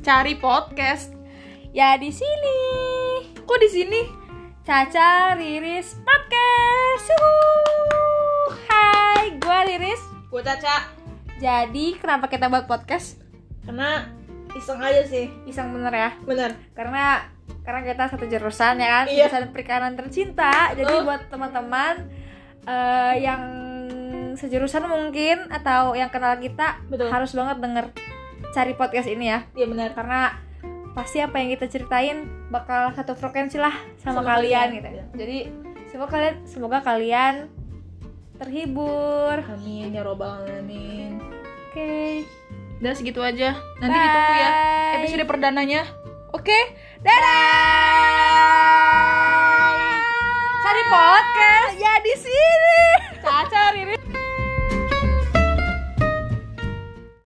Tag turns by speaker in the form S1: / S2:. S1: Cari podcast.
S2: Ya di sini.
S1: Kok di sini?
S2: Caca Riris Podcast. Yuhuu. Hai, gua Riris.
S1: Gue Caca.
S2: Jadi kenapa kita buat podcast?
S1: Kena iseng aja sih.
S2: Iseng bener ya.
S1: Bener.
S2: Karena karena kita satu jurusan ya kan,
S1: Iya.
S2: jurusan perikanan tercinta. Jadi
S1: Betul.
S2: buat teman-teman eh, yang sejurusan mungkin atau yang kenal kita
S1: Betul.
S2: harus banget denger cari podcast ini ya.
S1: Iya bener.
S2: karena pasti apa yang kita ceritain bakal satu frekuensi lah sama,
S1: Sama
S2: kalian,
S1: kalian,
S2: gitu.
S1: iya.
S2: Jadi semoga kalian semoga kalian terhibur.
S1: Amin ya robbal alamin.
S2: Oke.
S1: Udah segitu aja. Nanti
S2: Bye.
S1: ditunggu ya episode perdananya. Oke.
S2: Dadah. Cari podcast ya di sini.
S1: Caca Riri.